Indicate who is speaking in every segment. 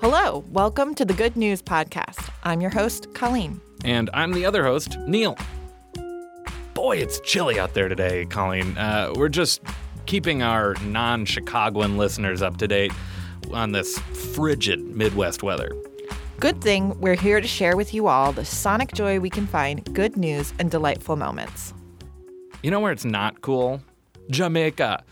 Speaker 1: Hello, welcome to the Good News Podcast. I'm your host, Colleen.
Speaker 2: And I'm the other host, Neil. Boy, it's chilly out there today, Colleen. Uh, we're just keeping our non Chicagoan listeners up to date on this frigid Midwest weather.
Speaker 1: Good thing we're here to share with you all the sonic joy we can find, good news, and delightful moments.
Speaker 2: You know where it's not cool? Jamaica.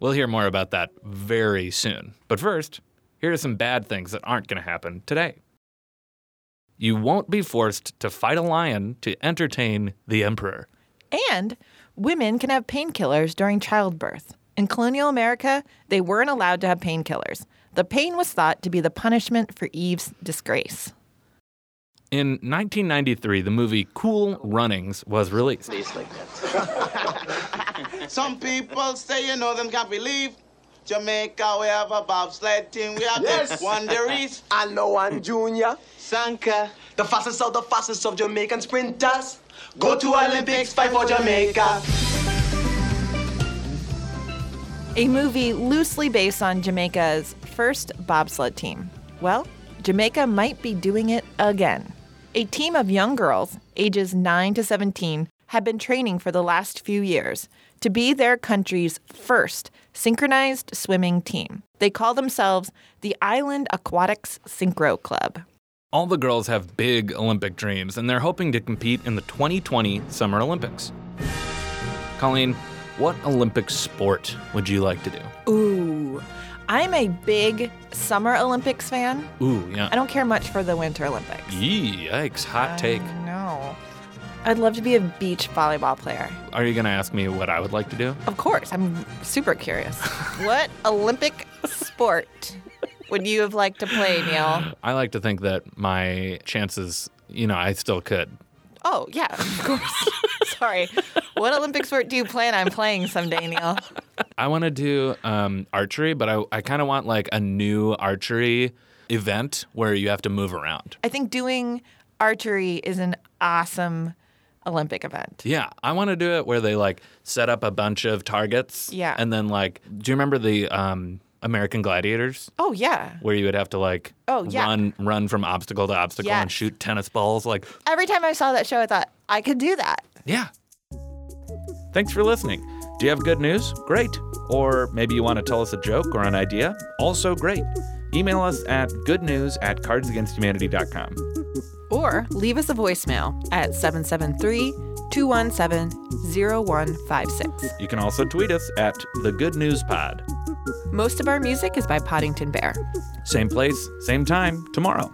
Speaker 2: We'll hear more about that very soon. But first, here are some bad things that aren't going to happen today. You won't be forced to fight a lion to entertain the emperor.
Speaker 1: And women can have painkillers during childbirth. In colonial America, they weren't allowed to have painkillers. The pain was thought to be the punishment for Eve's disgrace.
Speaker 2: In 1993, the movie Cool Runnings was released.
Speaker 3: Some people say you know them can't believe. Jamaica, we have a bobsled team. We have
Speaker 4: Yes.
Speaker 3: the Wanderers,
Speaker 4: I know one junior.
Speaker 3: Sanka.
Speaker 4: The fastest of the fastest of Jamaican sprinters. Go to Olympics, fight for Jamaica.
Speaker 1: A movie loosely based on Jamaica's first bobsled team. Well, Jamaica might be doing it again. A team of young girls, ages 9 to 17, have been training for the last few years to be their country's first synchronized swimming team. They call themselves the Island Aquatics Synchro Club.
Speaker 2: All the girls have big Olympic dreams, and they're hoping to compete in the 2020 Summer Olympics. Colleen, what Olympic sport would you like to do?
Speaker 1: Ooh, I'm a big Summer Olympics fan.
Speaker 2: Ooh,
Speaker 1: I
Speaker 2: yeah.
Speaker 1: don't care much for the Winter Olympics.
Speaker 2: Yee, Yikes, hot take.
Speaker 1: No. I'd love to be a beach volleyball player.
Speaker 2: Are you going to ask me what I would like to do?
Speaker 1: Of course. I'm super curious. what Olympic sport would you have liked to play, Neil?
Speaker 2: I like to think that my chances, you know, I still could.
Speaker 1: Oh, yeah, of course. Sorry. What Olympic sport do you plan on playing someday, Neil?
Speaker 2: I want to do um, archery, but I, I kind of want like a new archery event where you have to move around.
Speaker 1: I think doing archery is an awesome Olympic event.
Speaker 2: Yeah, I want to do it where they like set up a bunch of targets.
Speaker 1: Yeah.
Speaker 2: And then like, do you remember the um, American Gladiators
Speaker 1: Oh, yeah.
Speaker 2: where you would have to like
Speaker 1: Oh, yeah.
Speaker 2: run run from obstacle to obstacle and
Speaker 1: Yes.
Speaker 2: shoot tennis balls like
Speaker 1: Every time I saw that show, I thought, I could do that.
Speaker 2: yeah. Thanks for listening. Do you have good news? Great.
Speaker 5: Or maybe you want to tell us a joke or an idea? Also great. Email us at goodnews at cardsagainsthumanity.com.
Speaker 1: Or leave us a voicemail at 773 217 0156.
Speaker 5: You can also tweet us at the Good News Pod.
Speaker 1: Most of our music is by Poddington Bear.
Speaker 5: Same place, same time, tomorrow.